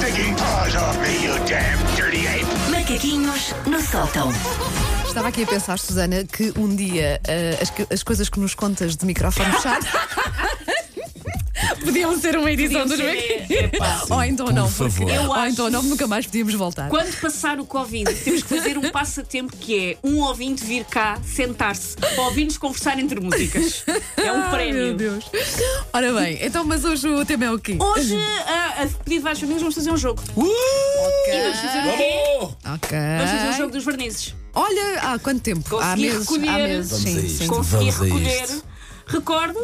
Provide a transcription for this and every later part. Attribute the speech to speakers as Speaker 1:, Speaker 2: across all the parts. Speaker 1: taking paws off me, you damn dirty ape!
Speaker 2: Macaquinhos no sótão.
Speaker 3: Estava aqui a pensar, Susana, que um dia ah, as, que- as coisas que nos contas de microfone fechado podiam ser uma edição dos
Speaker 4: É,
Speaker 3: Macaquinhos. Ou então não.
Speaker 5: por
Speaker 3: porque-
Speaker 5: favor.
Speaker 4: Eu
Speaker 3: Ou
Speaker 4: acho.
Speaker 3: então não, nunca mais podíamos voltar.
Speaker 4: Quando passar o Covid, temos que fazer um passatempo que é um ouvinte vir cá, sentar-se, para ouvir-nos conversar entre músicas. É um
Speaker 3: Ai, meu
Speaker 4: prémio.
Speaker 3: Deus. Ora bem, então, mas hoje o tema é o quê?
Speaker 4: Hoje, a, a pedido de vários amigos, vamos fazer um jogo. E vamos fazer o quê?
Speaker 3: Ok.
Speaker 4: Vamos fazer um jogo dos vernizes.
Speaker 3: Olha, há quanto tempo? há
Speaker 4: Consegui
Speaker 3: meses. Há
Speaker 4: recolher.
Speaker 3: meses.
Speaker 5: Vamos a
Speaker 3: Sim,
Speaker 5: isto.
Speaker 3: sim.
Speaker 4: Consegui
Speaker 5: Vamos a
Speaker 4: recolher.
Speaker 5: isto.
Speaker 4: Recordo,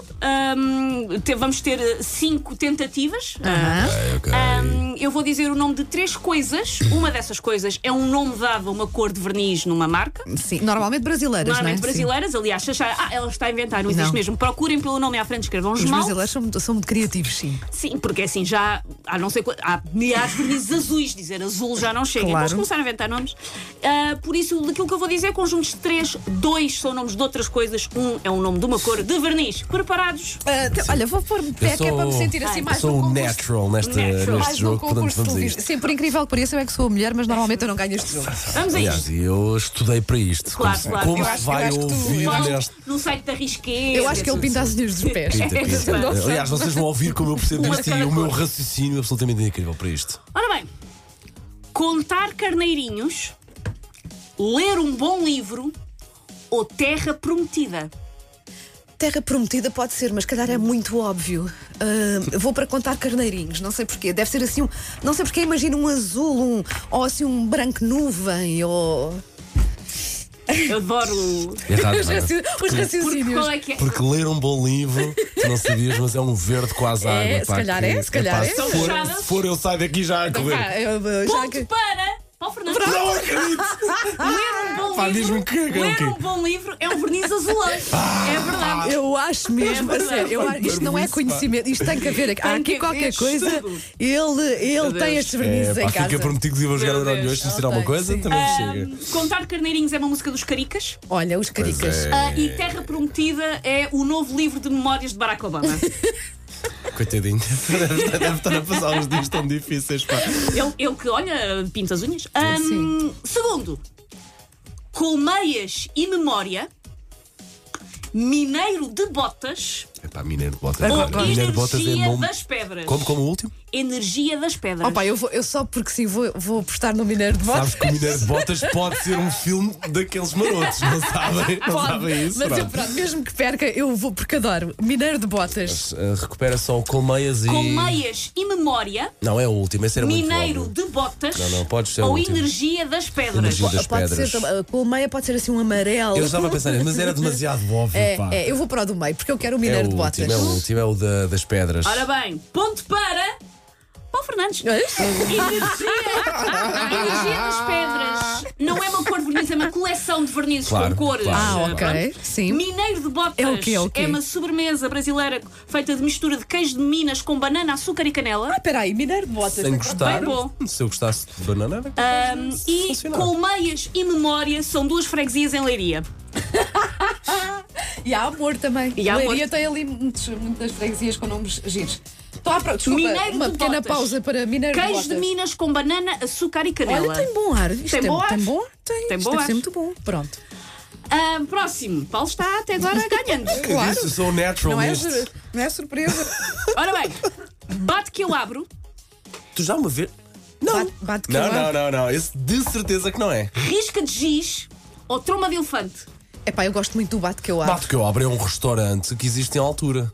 Speaker 4: hum, te- vamos ter eh, cinco tentativas.
Speaker 3: Ah,
Speaker 5: Ok.
Speaker 4: Hum, eu vou dizer o nome de três coisas. Uma dessas coisas é um nome dado a uma cor de verniz numa marca.
Speaker 3: sim. Normalmente brasileiras,
Speaker 4: Normalmente
Speaker 3: não é? Sim.
Speaker 4: brasileiras, aliás, se achar, ah, ela está a inventar, não existe
Speaker 3: Não.
Speaker 4: mesmo. Procurem pelo nome à frente, escrevam
Speaker 3: Os
Speaker 4: esmalte.
Speaker 3: brasileiros são, muito- são muito criativos, sim.
Speaker 4: Sim, porque assim já há não sei quant- há milhares de vernizes azuis, dizer azul já não chega.
Speaker 3: Claro.
Speaker 4: Então eles começaram a inventar nomes. Ah, por isso, daquilo que eu vou dizer é conjuntos de três, dois são nomes de outras coisas, um é um nome de uma cor de verniz. Preparados?
Speaker 3: Ah, então, olha, vou pôr de pé
Speaker 5: Eu
Speaker 3: que é
Speaker 5: sou-
Speaker 3: para me sentir assim
Speaker 4: Ai,
Speaker 3: mais
Speaker 5: eu sou
Speaker 3: num
Speaker 5: um
Speaker 3: concurso.
Speaker 5: natural neste,
Speaker 4: Natural.
Speaker 5: neste
Speaker 3: Mais num
Speaker 5: jogo, portanto
Speaker 3: concurso de
Speaker 5: vamos a
Speaker 3: televisão.
Speaker 5: isto.
Speaker 3: Sim, por incrível que pareça, eu é que sou a mulher, mas normalmente eu não ganho este jogo.
Speaker 4: Vamos a
Speaker 5: Aliás,
Speaker 4: isto.
Speaker 5: eu estudei para isto.
Speaker 4: Claro,
Speaker 5: como se-
Speaker 4: claro.
Speaker 5: como
Speaker 4: Eu
Speaker 5: se
Speaker 4: acho-
Speaker 3: eu
Speaker 5: vai
Speaker 3: acho que tu-
Speaker 5: ouvir
Speaker 3: eu acho-
Speaker 5: neste.
Speaker 4: No site da Risqué.
Speaker 3: Eu acho que ele pinta as unhas dos pés.
Speaker 5: Pinta, pinta.
Speaker 4: Eu não sei.
Speaker 5: Aliás, vocês vão ouvir como eu percebo
Speaker 4: Uma
Speaker 5: isto e
Speaker 4: cara
Speaker 5: o meu
Speaker 4: cor.
Speaker 5: raciocínio é absolutamente incrível para isto.
Speaker 4: Ora bem, contar carneirinhos, ler um bom livro ou Terra Prometida.
Speaker 3: Terra prometida pode ser, mas se calhar é muito óbvio. Ah, vou para contar carneirinhos, não sei porquê. Deve ser assim um. Não sei porquê, imagino um azul, um, ou assim um branco nuvem, ou.
Speaker 4: Eu adoro.
Speaker 5: Errado,
Speaker 3: Os,
Speaker 5: Ana.
Speaker 3: raci- os
Speaker 4: Porque
Speaker 3: raciocínios.
Speaker 4: qual é que é?
Speaker 5: é? Porque ler um bom livro, tu não sabias, mas é um verde quase água.
Speaker 3: É, se
Speaker 5: pá,
Speaker 3: calhar
Speaker 5: que-
Speaker 3: é, se calhar
Speaker 5: pá,
Speaker 3: é.
Speaker 5: Se
Speaker 4: São
Speaker 5: for,
Speaker 4: fechadas.
Speaker 5: se for, eu saio daqui já a correr.
Speaker 3: Pá, Ah, eu- eu- já
Speaker 4: Ponto
Speaker 3: que-
Speaker 4: para Paulo Fernandes.
Speaker 5: Não acredito!
Speaker 4: Ler um bom
Speaker 5: Ah, Pá,
Speaker 4: livro.
Speaker 5: diz-me o quê, que é o
Speaker 4: ler
Speaker 5: quê? Ah,
Speaker 4: um bom livro é um verniz azulado. é verdade.
Speaker 3: Eu acho mesmo,
Speaker 4: É
Speaker 3: a sério, eu acho- isto não é conhecimento, isto tem que haver. Há aqui
Speaker 4: que haver
Speaker 3: qualquer coisa,
Speaker 4: estudo.
Speaker 3: ele, ele
Speaker 4: Deus.
Speaker 3: tem estes
Speaker 5: É,
Speaker 3: vernizes
Speaker 5: pá,
Speaker 3: em
Speaker 5: fica
Speaker 3: casa.
Speaker 5: prometido que se eu vou jogar
Speaker 4: Meu
Speaker 5: Euro
Speaker 4: Deus.
Speaker 5: milhões, se tirar
Speaker 3: Ok,
Speaker 5: alguma coisa,
Speaker 3: sim.
Speaker 5: também
Speaker 4: Ah,
Speaker 5: chega.
Speaker 4: Contar Carneirinhos é uma música dos Caricas.
Speaker 3: Olha, os caricas.
Speaker 5: É.
Speaker 4: Ah, e Terra Prometida é o novo livro de memórias de Barack Obama.
Speaker 5: Coitadinho, deve, deve estar a passar uns dias tão difíceis. Pá.
Speaker 4: ele, ele que, olha, pinta as unhas. Ah,
Speaker 3: Sim.
Speaker 4: segundo, colmeias e memória, mineiro de botas
Speaker 5: Epá, Mineiro de Botas.
Speaker 4: ou
Speaker 5: Mineiro de Botas é
Speaker 4: energia
Speaker 5: nome.
Speaker 4: das pedras.
Speaker 5: Como, como o último?
Speaker 4: Energia das pedras.
Speaker 3: Opa, eu, vou, eu só porque sim vou, vou apostar no Mineiro de Votos.
Speaker 5: Sabes que o Mineiro de Botas pode ser um filme daqueles marotos, não sabem? Não sabem isso?
Speaker 3: Mas eu,
Speaker 5: Pronto.
Speaker 3: pronto, mesmo que perca, eu vou porque adoro. Mineiro de botas.
Speaker 5: Ah, recupera só o colmeias e.
Speaker 4: colmeias e memória,
Speaker 5: Não, é o último, esse era
Speaker 4: mineiro
Speaker 5: muito
Speaker 4: de botas
Speaker 5: Não, não, podes ser o
Speaker 4: ou
Speaker 5: último.
Speaker 4: energia das pedras.
Speaker 5: Energia das
Speaker 3: pode ser, eh,
Speaker 5: pedras.
Speaker 3: a colmeia pode ser assim um amarelo.
Speaker 5: Eu estava a pensar nisso, mas era demasiado óbvio,
Speaker 3: É,
Speaker 5: pá.
Speaker 3: é, eu vou para o do meio porque eu quero o
Speaker 5: É
Speaker 3: Mineiro
Speaker 5: o
Speaker 3: de botas.
Speaker 5: último, é o último, é o da- das pedras.
Speaker 4: Ora bem, ponto para Paulo Fernandes.
Speaker 5: Ah,
Speaker 4: Energia, energia das pedras. Não é uma cor de verniz, é uma coleção de vernizes
Speaker 5: Claro,
Speaker 4: com cores.
Speaker 5: claro.
Speaker 3: Ah, ok.
Speaker 4: Pronto.
Speaker 3: Sim.
Speaker 4: Mineiro de botas
Speaker 3: É o quê, é o quê?
Speaker 4: é uma sobremesa brasileira feita de mistura de queijo de Minas com banana, açúcar e canela.
Speaker 3: Espera aí, Ah, Mineiro de botas.
Speaker 5: Sem gostar,
Speaker 4: Bem bom.
Speaker 5: se eu gostasse de banana, era
Speaker 4: Ahm, Hum, e
Speaker 5: Funcionar.
Speaker 4: colmeias e memória são duas freguesias em Leiria.
Speaker 3: E há amor também.
Speaker 4: E há amor.
Speaker 3: Leiria tem ali muitos- muitas freguesias com nomes giros. Estou à pro... Desculpa,
Speaker 4: Mineiro
Speaker 3: uma
Speaker 4: de
Speaker 3: pequena
Speaker 4: Botas.
Speaker 3: pausa para Mineiro de
Speaker 4: Queijo
Speaker 3: Botas.
Speaker 4: de Minas com banana, açúcar e canela.
Speaker 3: Olha, tem bom ar. Isto é
Speaker 4: Tem bom ar?
Speaker 3: Tem bom ar? Tem.
Speaker 4: Tem
Speaker 3: Isto
Speaker 4: bom
Speaker 3: deve
Speaker 4: ar.
Speaker 3: ser muito bom. Pronto.
Speaker 4: Ah, próximo. Paulo está até agora ganhando.
Speaker 3: claro.
Speaker 5: Eu sou natural
Speaker 3: Não é,
Speaker 5: neste.
Speaker 3: sur- não é surpresa.
Speaker 4: Ora bem, bate que eu abro.
Speaker 5: Tu já uma vez.
Speaker 3: Bate, bate que
Speaker 5: Não,
Speaker 3: eu
Speaker 5: não,
Speaker 3: abro.
Speaker 5: não, não. Esse de certeza que não é.
Speaker 4: risca de giz ou tromba de elefante.
Speaker 3: Epá, eu gosto muito do bate que eu abro.
Speaker 5: Bato que eu abro é um restaurante que existe em altura.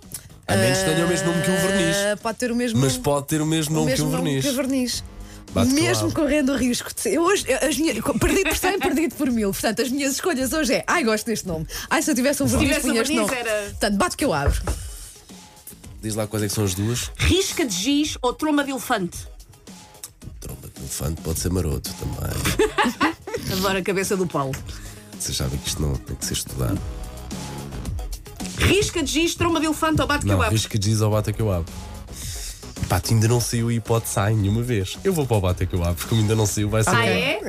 Speaker 5: A menos que tenha o mesmo nome que um verniz.
Speaker 3: Ah, pode ter o mesmo
Speaker 5: Mas pode ter o mesmo
Speaker 3: o
Speaker 5: nome que
Speaker 3: mesmo
Speaker 5: um
Speaker 3: nome
Speaker 5: verniz.
Speaker 3: que o verniz.
Speaker 5: Bate que eu
Speaker 3: mesmo
Speaker 5: abro.
Speaker 3: correndo o risco de ser- eu hoje eu- as minhas, perdi por 100, perdi por mil. Portanto, as minhas escolhas hoje é, ai, gosto deste nome. Ai, se eu tivesse um verniz,
Speaker 4: tivesse um
Speaker 3: punha este
Speaker 4: verniz,
Speaker 3: nome.
Speaker 4: era-
Speaker 3: Portanto, bate que eu abro.
Speaker 5: Diz lá quais é que são as duas.
Speaker 4: Risca de giz ou tromba de elefante.
Speaker 5: Tromba de elefante pode ser maroto também.
Speaker 4: Adoro a cabeça do Paulo.
Speaker 5: Vocês sabem que isto não tem que ser estudado.
Speaker 4: Risca de giz, tromba de elefante ou bate que
Speaker 5: Não,
Speaker 4: eu abro.
Speaker 5: risco que diz ao bata que eu abro. Pá, tu ainda não saiu a hipótese há nenhuma vez. Eu vou para o bata que eu abro, porque como ainda não saiu, vai ser.
Speaker 4: Ah, é?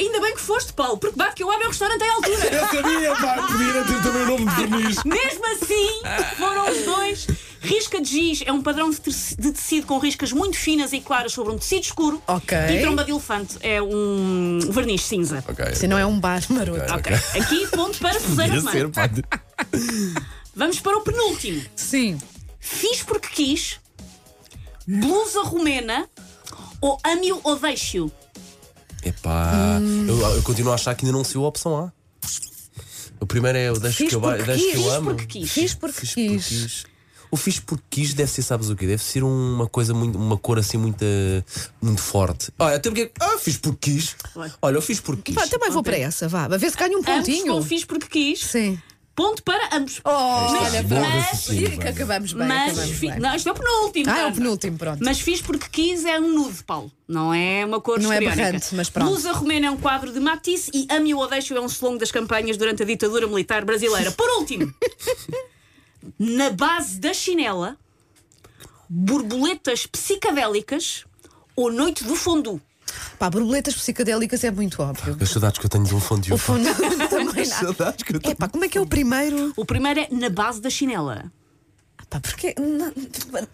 Speaker 4: Ainda bem que foste, Paulo, porque bate que eu abro é um restaurante à altura.
Speaker 5: Eu sabia, pá, podia ter também o nome de verniz.
Speaker 4: Mesmo assim, foram os dois. Risca Risca de giz é um padrão de, terci- de tecido com riscas muito finas e claras sobre um tecido escuro.
Speaker 3: Ok.
Speaker 4: E tromba de elefante é um verniz cinza.
Speaker 5: Ok.
Speaker 3: Se não é um bar maroto.
Speaker 4: Ok. Aqui, ponto para Susana
Speaker 5: Devia
Speaker 4: Romano.
Speaker 5: ser, pá.
Speaker 4: Vamos para o penúltimo.
Speaker 3: Sim.
Speaker 4: Fiz porque quis, blusa romena ou ame-o ou deixe-o.
Speaker 5: Epá,
Speaker 3: Hum.
Speaker 5: eu, eu continuo a achar que ainda não saiu a opção A. O primeiro é o deixo
Speaker 3: Fiz
Speaker 5: que eu, ba-
Speaker 3: porque
Speaker 5: deixo que
Speaker 3: quis.
Speaker 5: eu
Speaker 4: Fiz
Speaker 5: amo.
Speaker 4: porque quis.
Speaker 3: Fiz porque
Speaker 5: Fiz porque
Speaker 3: quis.
Speaker 5: quis. O fiz porque quis deve ser, sabes o quê? Deve ser uma coisa muito, uma cor assim muito, muito forte. Olha, até porque. Ah, fiz porque quis.
Speaker 4: Ué.
Speaker 5: Olha, eu fiz porque quis.
Speaker 3: Pá, também vou para essa, vá. A ver se ganho um
Speaker 4: Ambos
Speaker 3: pontinho.
Speaker 4: com fiz porque quis.
Speaker 3: Sim. Oh,
Speaker 4: Ponto para ambos.
Speaker 3: Olha,
Speaker 4: Oh, Mas-
Speaker 5: bom
Speaker 4: mas,
Speaker 5: raciocínio.
Speaker 3: que acabamos bem.
Speaker 4: mas
Speaker 3: acabamos
Speaker 4: fi-
Speaker 3: bem.
Speaker 4: não, isto é o penúltimo.
Speaker 3: Ah, é o
Speaker 4: Ana.
Speaker 3: penúltimo, pronto.
Speaker 4: Mas fiz porque quis é um nude, Paulo. Não é uma cor
Speaker 3: Não é
Speaker 4: histriónica.
Speaker 3: berrante, mas pronto.
Speaker 4: Blusa Romena é um quadro de Matisse e Ame ou Odeixo é um slogan das campanhas durante a ditadura militar brasileira. Por último, na base da chinela, borboletas psicadélicas ou noite do fondue.
Speaker 3: Pá, borboletas psicadélicas é muito óbvio.
Speaker 5: As saudades que eu tenho de um fundo de
Speaker 3: O fundo também
Speaker 5: As
Speaker 3: não.
Speaker 5: saudades que eu
Speaker 3: É
Speaker 5: tenho.
Speaker 3: pá, como é que é o primeiro? Ah,
Speaker 4: O primeiro é na base da chinela.
Speaker 3: Pá, porque. não-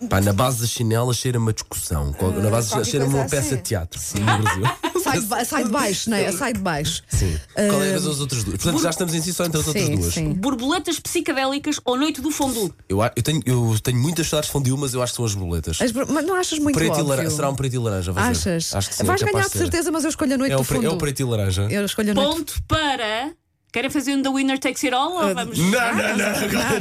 Speaker 5: Pá, na base das chinelas cheira-me uma discussão. Qual- na base
Speaker 3: Eh, qualquer
Speaker 5: cheira-me uma
Speaker 3: coisa
Speaker 5: peça
Speaker 3: assim.
Speaker 5: de teatro no Brasil.
Speaker 3: Sai de, ba- sai de baixo, não é? Sai de baixo.
Speaker 5: Sim. Qual é as outras duas? Portanto, já estamos em si só entre as outras
Speaker 3: Eh, Sim,
Speaker 5: duas.
Speaker 3: sim.
Speaker 4: Borboletas psicadélicas ou noite do fondue.
Speaker 5: Eu, a- eu tenho, eu tenho muitas saudades de fondue, mas eu acho que são as boletas.
Speaker 3: As bor- mas não achas muito
Speaker 5: preto
Speaker 3: óbvio?
Speaker 5: e laranja. Será um preto e laranja? vou dizer.
Speaker 3: Achas?
Speaker 5: Acho que sim. é
Speaker 3: Vais
Speaker 5: capaz
Speaker 3: ganhar de
Speaker 5: ser.
Speaker 3: certeza, mas eu escolho a noite
Speaker 5: É o,
Speaker 3: do
Speaker 5: pre-
Speaker 3: fundo.
Speaker 5: é o preto e laranja.
Speaker 3: Eu escolho a noite
Speaker 4: Ponto para. Querem fazer um The Winner Takes It All? Ou vamos.
Speaker 5: Não, não, não, agora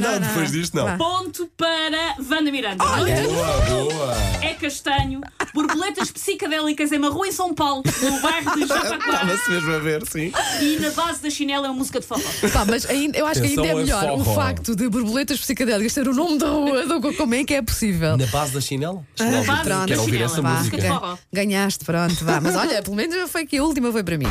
Speaker 3: não,
Speaker 5: não,
Speaker 3: não.
Speaker 5: depois disto não.
Speaker 3: Vá.
Speaker 4: Ponto para Wanda Miranda.
Speaker 3: Ah,
Speaker 5: Boa, boa.
Speaker 4: É castanho, borboletas psicadélicas é uma rua em São Paulo, no bairro de Jabaquara,
Speaker 5: Estava-se mesmo a ver, sim.
Speaker 4: e na base da chinela é uma música de forró.
Speaker 3: Pá, mas ainda- eu acho que ainda é
Speaker 5: Atenção a
Speaker 3: melhor o
Speaker 5: forró.
Speaker 3: facto de borboletas psicadélicas ser o nome da rua do que- como é que é possível. assim,
Speaker 5: Na base da chinela? Na
Speaker 4: base da
Speaker 5: Quero ouvir
Speaker 4: chinela,
Speaker 5: essa
Speaker 4: vá.
Speaker 5: música.
Speaker 4: Música de forró.
Speaker 3: Ganhaste, pronto, vá. Mas olha, pelo menos foi que a última foi para mim.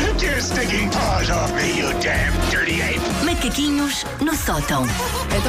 Speaker 1: Take your stinking paws off me, you damn dirty ape!
Speaker 2: Macaquinhos no sótão.
Speaker 3: Então